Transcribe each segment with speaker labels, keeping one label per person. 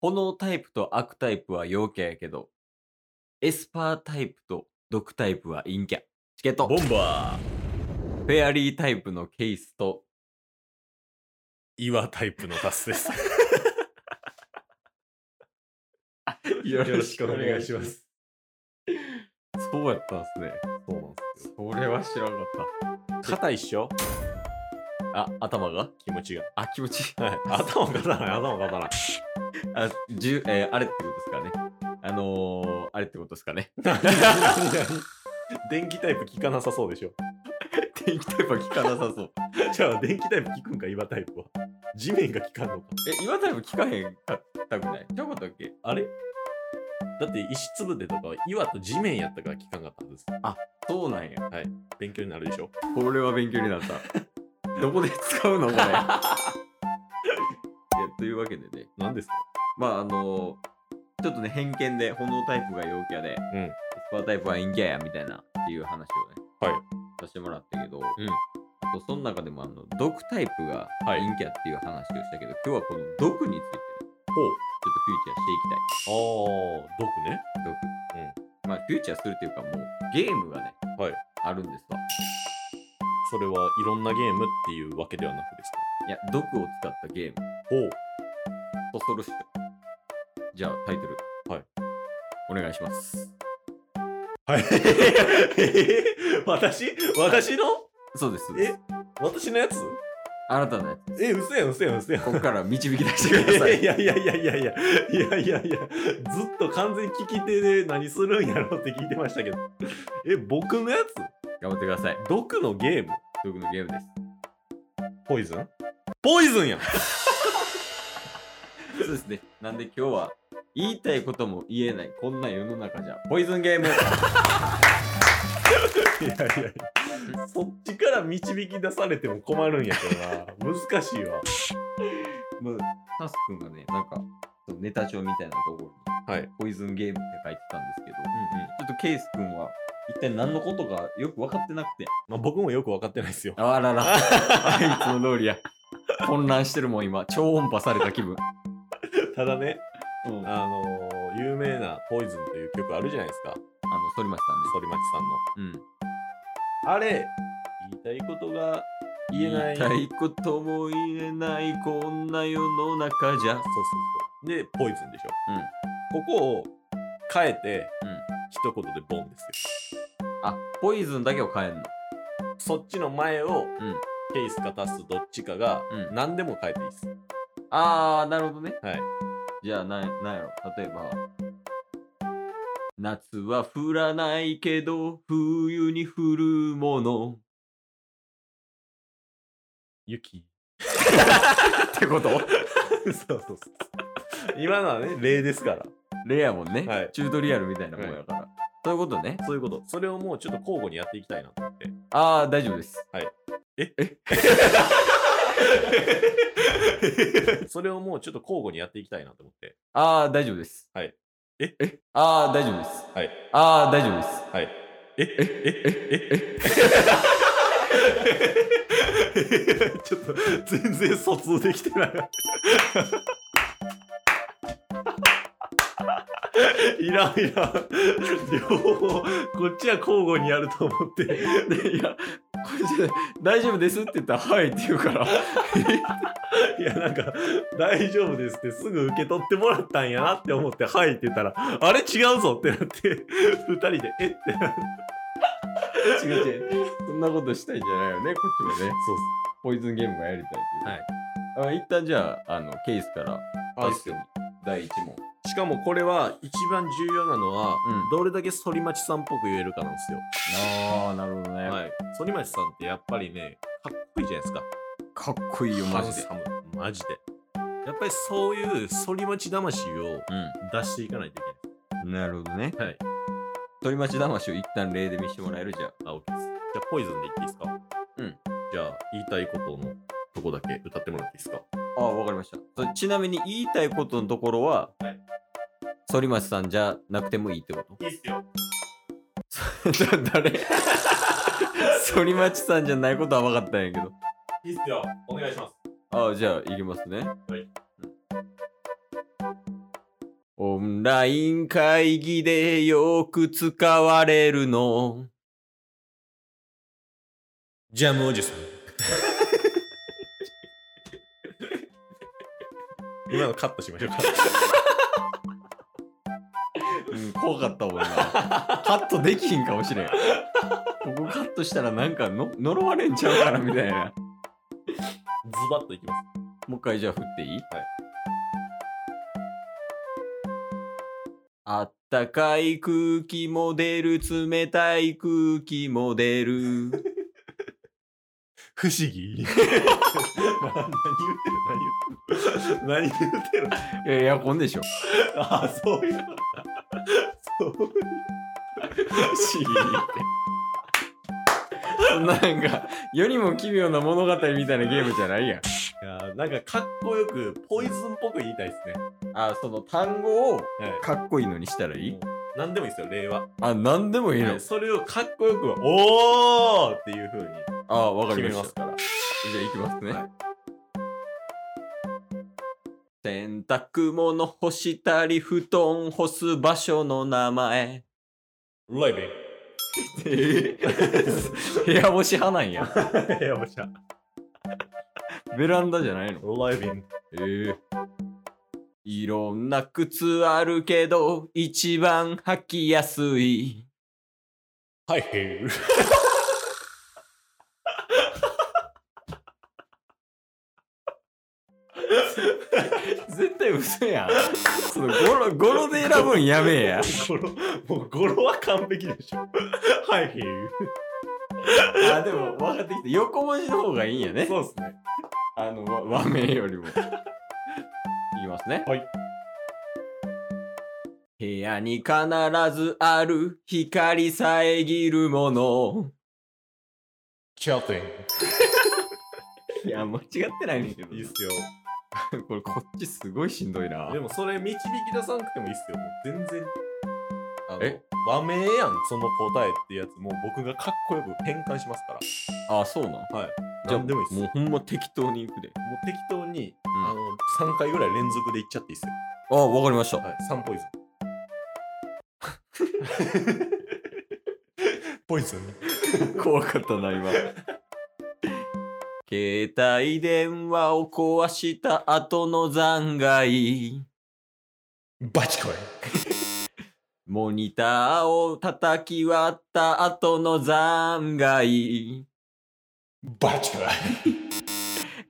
Speaker 1: 炎タイプと悪タイプは陽キャやけど、エスパータイプと毒タイプは陰キャ。チケット。
Speaker 2: ボンバ
Speaker 1: フ
Speaker 2: ー
Speaker 1: ェアリータイプのケースと、
Speaker 2: 岩タイプのタスです
Speaker 1: よ。
Speaker 2: ろしくお願いします
Speaker 1: そうやったんですね。そうなんですよ。
Speaker 2: それは知らなかった肩一緒
Speaker 1: あ、頭が
Speaker 2: 気持ちが、
Speaker 1: あ、気持ちいい。
Speaker 2: はい、頭肩ない頭肩ない
Speaker 1: あ、じゅ、えーあれってことですからね。あのー、あれってことですかね。
Speaker 2: 電気タイプ効かなさそうでしょ
Speaker 1: 電気タイプは効かなさそう。
Speaker 2: じゃあ電気タイプ効くんか岩タイプは地面が効かんのか
Speaker 1: え、今タイプ効かへんかったくないちゃうかったっけ
Speaker 2: あれだって石つぶてとかは岩と地面やったから効かんかったんです
Speaker 1: そうなんや。
Speaker 2: 勉強になるでしょ
Speaker 1: これは勉強にな った。どこで使うのこれ。いやというわけでね、
Speaker 2: 何ですか
Speaker 1: まああのちょっとね、偏見で、炎タイプが陽キャで、
Speaker 2: うん
Speaker 1: エスパータイプは陰キャやみたいなっていう話をね、
Speaker 2: はい
Speaker 1: させてもらったけど、
Speaker 2: うん
Speaker 1: あとその中でもあの毒タイプが
Speaker 2: はい
Speaker 1: 陰キャっていう話をしたけど、今日はこの毒についてね、ちょっとフューチャーしていきたい。
Speaker 2: ほうああ毒ね
Speaker 1: 毒。まあ、フューチャーするというか、もうゲームがね、
Speaker 2: はい
Speaker 1: あるんですわ。
Speaker 2: それはいろんなゲームっていうわけではなくですか
Speaker 1: いや、毒を使ったゲーム。
Speaker 2: ほう
Speaker 1: そそるっしょ。じゃあ、タイトル。
Speaker 2: はい。
Speaker 1: お願いします。
Speaker 2: はい。 私私の
Speaker 1: そうです。そうです
Speaker 2: え私のやつ
Speaker 1: あなたのやつ。
Speaker 2: え、嘘やん、嘘やん、嘘やん。
Speaker 1: ここから導き出してくださ
Speaker 2: い
Speaker 1: い。
Speaker 2: やいやいやいやいやいやいやいやずっと完全に聞き手で何するんやろって聞いてましたけどえ僕のやつ
Speaker 1: 頑張ってください。
Speaker 2: 毒のゲーム
Speaker 1: 毒のゲームです。
Speaker 2: ポイズンポイズンやん
Speaker 1: そうですね。なんで今日は、言いたいことも言えない、こんな世の中じゃ、ポイズンゲーム
Speaker 2: いやいやいやそっちから導き出されても困るんやけどな難しいわ
Speaker 1: もうタス君がね、なんか、そのネタ帳みたいなところに、
Speaker 2: はい
Speaker 1: ポイズンゲームって書いてたんですけど、ちょっとケイス君は、一体何のことかよく分かってなくて。
Speaker 2: まあ、僕もよく分かってないですよ
Speaker 1: あらら。 あいつの通りや。混乱してるもん、今。超音波された気分。
Speaker 2: ただね
Speaker 1: うんあ
Speaker 2: あのー有名な「ポイズンという曲あるじゃないですか
Speaker 1: の、反町
Speaker 2: 反町さんの
Speaker 1: さんです。うん。
Speaker 2: あれ言いたいことが言えない
Speaker 1: 言いたいことも言えない、こんな世の中じゃ
Speaker 2: そう。そうそうでポイズンでしょ
Speaker 1: うん。
Speaker 2: ここを変えて、
Speaker 1: うん
Speaker 2: 一言でボンですよ
Speaker 1: あ、ポイズンだけを変えんの。
Speaker 2: そっちの前を、
Speaker 1: ん
Speaker 2: ケースかタスどっちかが、
Speaker 1: うん
Speaker 2: 何でも変えていいです
Speaker 1: あー、なるほどね。
Speaker 2: はい
Speaker 1: じゃあ、なんなんやろ。例えば、夏は降らないけど、冬に降るもの。
Speaker 2: 雪
Speaker 1: って こと
Speaker 2: そうそうそう今のはね例ですから
Speaker 1: レアもんね、
Speaker 2: はい
Speaker 1: チュートリアルみたいなもんやから。そういうことね。
Speaker 2: そういうことそれをもうちょっと交互にやっていきたいな と思って
Speaker 1: あー、大丈夫です。
Speaker 2: それをもうちょっと交互にやっていきたいなと思って
Speaker 1: あー、大丈夫です。
Speaker 2: はい。え
Speaker 1: えあー、大丈夫です。
Speaker 2: はい
Speaker 1: あー、大丈夫です。
Speaker 2: はいえええええ ちょっと全然疎通できてないいらんいらん両方こっちは交互にやると思って
Speaker 1: でいや、これじゃ大丈夫ですって言ったら、はいって言うから。
Speaker 2: いやなんか「大丈夫です」ってすぐ受け取ってもらったんやなって思って「はい」って言ったら「あれ違うぞ」ってなって2人で「えっ?」てなって
Speaker 1: 違う違う。そんなことしたいんじゃないよね、こっちもね。
Speaker 2: そう
Speaker 1: ポイズンゲームがやりたいっていう。はい。あ一旦じゃあ、あの、ケースから、
Speaker 2: っ
Speaker 1: タ
Speaker 2: す
Speaker 1: スクに第一問。
Speaker 2: しかもこれは一番重要なのは、
Speaker 1: うん
Speaker 2: どれだけ反町さんっぽく言えるかなんですよ。
Speaker 1: あー、なるほどね
Speaker 2: はい、反町さんってやっぱりねかっこいいじゃないですか。
Speaker 1: かっこいいよ、マジで。
Speaker 2: ハンサムマジで。やっぱりそういう反町魂を出していかないとい
Speaker 1: うん。なるほどね。
Speaker 2: けない。はい。
Speaker 1: 鳥町魂を一旦例で見せてもらえるじゃあ。
Speaker 2: あ、OK です。じゃあポイズンでいっていいですか
Speaker 1: うん。
Speaker 2: じゃあ言いたいことのとこだけ歌ってもらっていいですか
Speaker 1: ああ、わかりました。それちなみに言いたいことのところは、
Speaker 2: はい
Speaker 1: 反町さんじゃなくてもいいってこ
Speaker 2: いいっすよ。
Speaker 1: とじゃあ 誰 反町さんじゃないことは分かったんやけど。
Speaker 2: いいっすよ。お願いします。
Speaker 1: ああ、じゃあ、いきますね。
Speaker 2: はい
Speaker 1: うん。オンライン会議でよく使われるの。
Speaker 2: ジャムおじ さん。今のカットしましょうか。
Speaker 1: うん、怖かったもん な。カットできひんかもしれん。ここカットしたらなんかの呪われんちゃうからみたいな。
Speaker 2: ズバッといきます。
Speaker 1: もう一回じゃあ振っていいはい。あったかい空気も出る、冷たい空気も出る。
Speaker 2: 不思 議何言ってる何言ってる何言ってる
Speaker 1: いや、エアコンでしょ。
Speaker 2: ああ、そういうことか。そういう。
Speaker 1: そんななんか、世にも奇妙な物語みたいなゲームじゃないやん。
Speaker 2: いやーなんかかっこよく、ポイズンっぽく言いたいですね。
Speaker 1: あ、その単語を
Speaker 2: はい。
Speaker 1: かっこいいのにしたらいい
Speaker 2: もう何でもいいですよ、令和。
Speaker 1: あ、なんでもいいの。
Speaker 2: それをかっこよく、おーっていう風に
Speaker 1: あ、わか
Speaker 2: 決
Speaker 1: り
Speaker 2: め
Speaker 1: ました
Speaker 2: ま。すから。
Speaker 1: じゃあ行きますね。
Speaker 2: はい
Speaker 1: 洗濯物干したり布団干す場所の名前。
Speaker 2: ライビン。
Speaker 1: え 部屋干し派なん や。
Speaker 2: よっしゃ。
Speaker 1: ベランダじゃないの
Speaker 2: ライビン。
Speaker 1: ええいろんな靴あるけど、一番履きやすい。
Speaker 2: はい、へー。
Speaker 1: 絶対嘘やん。そのゴロ、ゴロで選ぶんやめえや。
Speaker 2: ゴロ、もうゴロは完璧でしょ。はい、へー。
Speaker 1: あ、でも分かってきて、横文字の方がいいんやね。
Speaker 2: そうですね。
Speaker 1: あの、わ和名よりも。いきますね。
Speaker 2: はい。
Speaker 1: 部屋に必ずある光遮るもの。
Speaker 2: キャテン。
Speaker 1: いや、間違ってないねんけど
Speaker 2: いいっすよ。
Speaker 1: これ、こっちすごいしんどいな
Speaker 2: で。もそれ導き出さなくてもいいっすよ。もう全然。あの
Speaker 1: え
Speaker 2: 和名やん、その答えってやつもう僕がかっこよく変換しますから。
Speaker 1: あ、そうなん
Speaker 2: じゃあでもいいっす。も
Speaker 1: もう
Speaker 2: う
Speaker 1: ほんま適当に行くで。
Speaker 2: 適当に、
Speaker 1: ん
Speaker 2: あの3回ぐらい連続でいっちゃっていいっすよ。
Speaker 1: あ、わかりました。
Speaker 2: はい、3ポイズン。 ポイズン
Speaker 1: 怖かったな、今。携帯電話を壊した後の残骸。
Speaker 2: バチコイ。
Speaker 1: モニターを叩き割った後の残骸。
Speaker 2: バチコイ。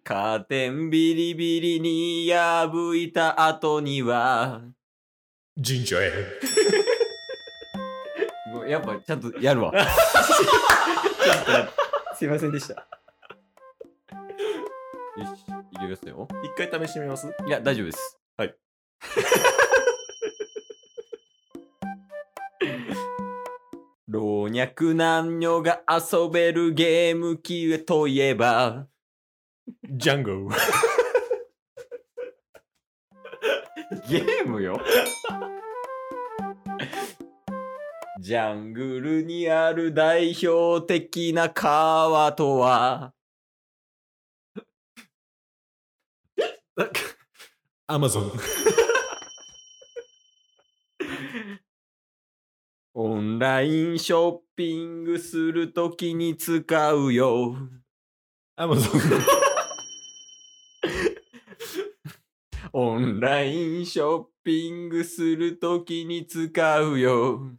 Speaker 1: カーテンビリビリに破いた後には。
Speaker 2: 神社へ。
Speaker 1: もうやっぱちゃんとやる わ。すいませんでした。よし、いきますよ。
Speaker 2: 一回試してみます
Speaker 1: いや、大丈夫です。
Speaker 2: はい。
Speaker 1: 老若男女が遊べるゲーム機といえば、
Speaker 2: ジャンゴ。
Speaker 1: ゲームよ ジャングルにある代表的な川とは、
Speaker 2: アマゾン。
Speaker 1: オンラインショッピングするときに使うよ。
Speaker 2: アマゾン。
Speaker 1: オンラインショッピングするときに使うよ。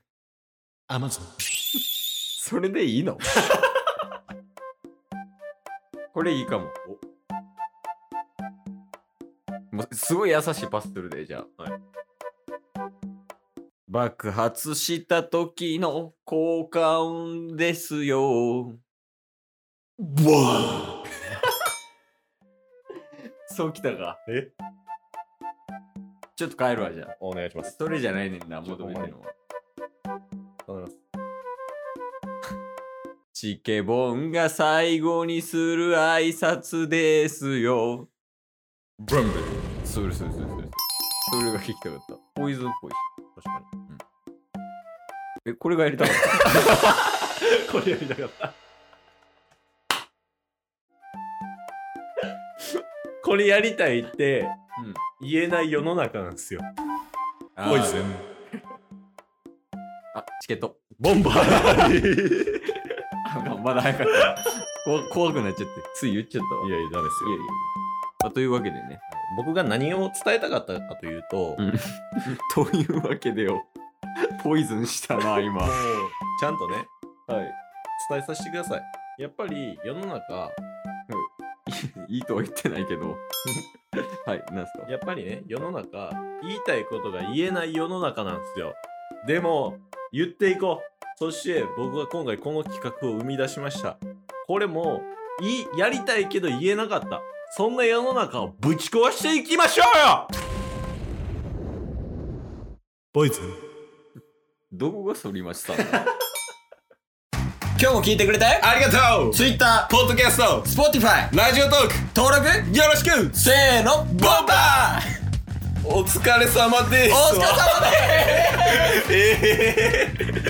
Speaker 2: アマゾン。
Speaker 1: それでいいの これいいかも。もうすごい優しいパスするで、じゃあ。爆発した時の効果音ですよ。
Speaker 2: ボー
Speaker 1: そうきたか。
Speaker 2: え
Speaker 1: ちょっと帰るわ、じゃあ。
Speaker 2: お願いします。
Speaker 1: それじゃないねんな、求めてるのは。
Speaker 2: 頼みます。
Speaker 1: チケボンが最後にする挨拶ですよ。
Speaker 2: ブランブル。
Speaker 1: それそれそれそれ。それが聞きたかった。ポイズンっぽいし。
Speaker 2: 確かに。
Speaker 1: え、これがやりたかった。
Speaker 2: これやりたかった。これやりたいって
Speaker 1: うん。
Speaker 2: 言えない世の中なんですよ。
Speaker 1: あ
Speaker 2: ポイズン
Speaker 1: あ、チケット。
Speaker 2: ボンバーラリー
Speaker 1: あ まだ早かった。こ怖くなっちゃって、つい言っちゃったわ。
Speaker 2: いやいやダメですよ
Speaker 1: いやいやまあというわけでね。
Speaker 2: 僕が何を伝えたかったかというと、
Speaker 1: うんというわけでよ。ポイズンしたな、今。
Speaker 2: もう
Speaker 1: は
Speaker 2: ちゃんとね
Speaker 1: い。
Speaker 2: 伝えさせてくださいやっぱり世の中
Speaker 1: いいとは言ってないけど。 はい、なんすか
Speaker 2: やっぱりね世の中言いたいことが言えない世の中なんですよでも言っていこうそして僕は今回この企画を生み出しましたこれもいやりたいけど言えなかったそんな世の中をぶち壊していきましょうよボイズ
Speaker 1: どこが反りました
Speaker 3: 今日も聞いてくれてありがとう Twitter、ポッドキャスト、Spotify、ラジオトーク登録よろしくせーのボンバー
Speaker 2: お疲れ様です
Speaker 3: お疲れ様です
Speaker 2: ええ